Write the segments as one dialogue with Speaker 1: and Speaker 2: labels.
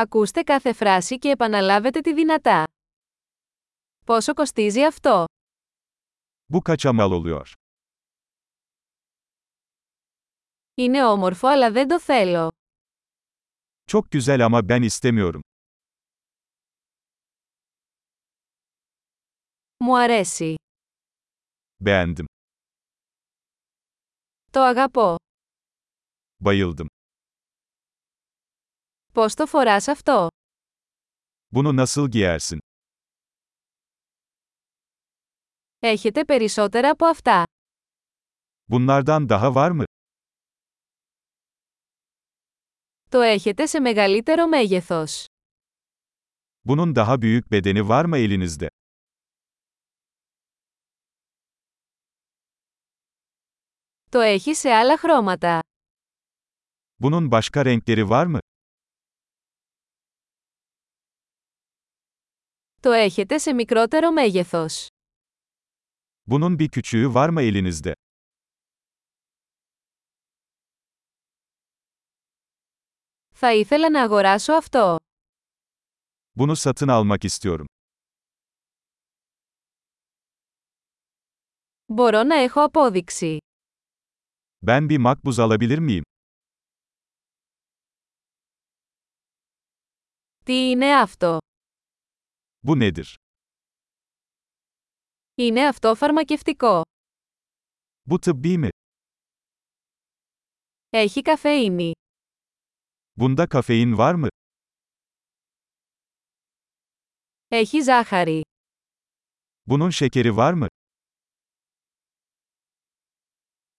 Speaker 1: Ακούστε κάθε φράση και επαναλάβετε τη δυνατά. Πόσο κοστίζει αυτό?
Speaker 2: Bu kaça mal oluyor?
Speaker 1: Είναι όμορφο αλλά δεν το θέλω.
Speaker 2: Çok güzel ama ben istemiyorum.
Speaker 1: Μου αρέσει.
Speaker 2: Beğendim.
Speaker 1: Το αγαπώ.
Speaker 2: Bayıldım.
Speaker 1: Πώς το φοράς αυτό?
Speaker 2: Bunu nasıl giyersin?
Speaker 1: Έχετε περισσότερα από αυτά.
Speaker 2: Bunlardan daha var mı?
Speaker 1: Το έχετε σε μεγαλύτερο μέγεθος.
Speaker 2: Bunun daha büyük bedeni var mı elinizde?
Speaker 1: Το έχει σε άλλα χρώματα.
Speaker 2: Bunun başka renkleri var mı?
Speaker 1: Το έχετε σε μικρότερο μέγεθος.
Speaker 2: Bunun bir küçüğü var mı elinizde?
Speaker 1: Θα ήθελα να αγοράσω αυτό.
Speaker 2: Bunu satın almak istiyorum.
Speaker 1: Μπορώ να έχω απόδειξη.
Speaker 2: Ben bir makbuz alabilir miyim?
Speaker 1: Τι είναι αυτό?
Speaker 2: Bu nedir?
Speaker 1: Είναι αυτό φαρμακευτικό.
Speaker 2: Bu tıbbi mi?
Speaker 1: Έχει καφεΐνη.
Speaker 2: Bunda kafein var mı?
Speaker 1: Έχει ζάχαρη.
Speaker 2: Bunun şekeri var mı?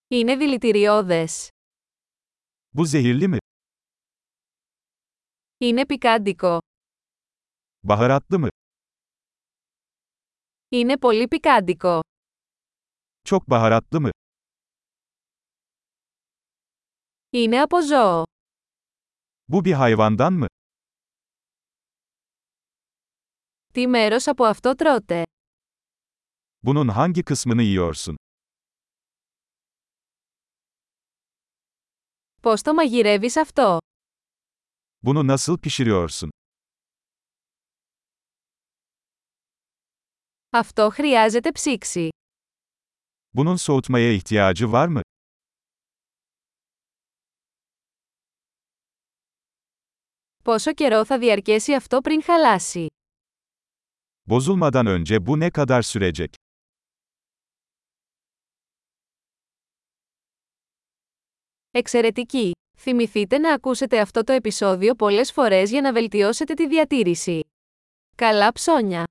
Speaker 1: Είναι δηλητηριώδες.
Speaker 2: Bu zehirli mi?
Speaker 1: Είναι πικάντικο.
Speaker 2: Baharatlı mı?
Speaker 1: Είναι πολύ πικάντικο.
Speaker 2: Çok baharatlı mı?
Speaker 1: Είναι από ζώο.
Speaker 2: Bu bir hayvandan mı?
Speaker 1: Τι μέρος από αυτό τρώτε?
Speaker 2: Bunun hangi kısmını yiyorsun?
Speaker 1: Πώς το μαγειρεύεις αυτό?
Speaker 2: Bunu nasıl pişiriyorsun?
Speaker 1: Αυτό χρειάζεται ψήξη.
Speaker 2: Bunun soğutmaya ihtiyacı var mı?
Speaker 1: Πόσο καιρό θα διαρκέσει αυτό πριν χαλάσει?
Speaker 2: Bozulmadan önce bu ne kadar sürecek?
Speaker 1: Εξαιρετική! Θυμηθείτε να ακούσετε αυτό το επεισόδιο πολλές φορές για να βελτιώσετε τη διατήρηση. Καλά ψώνια!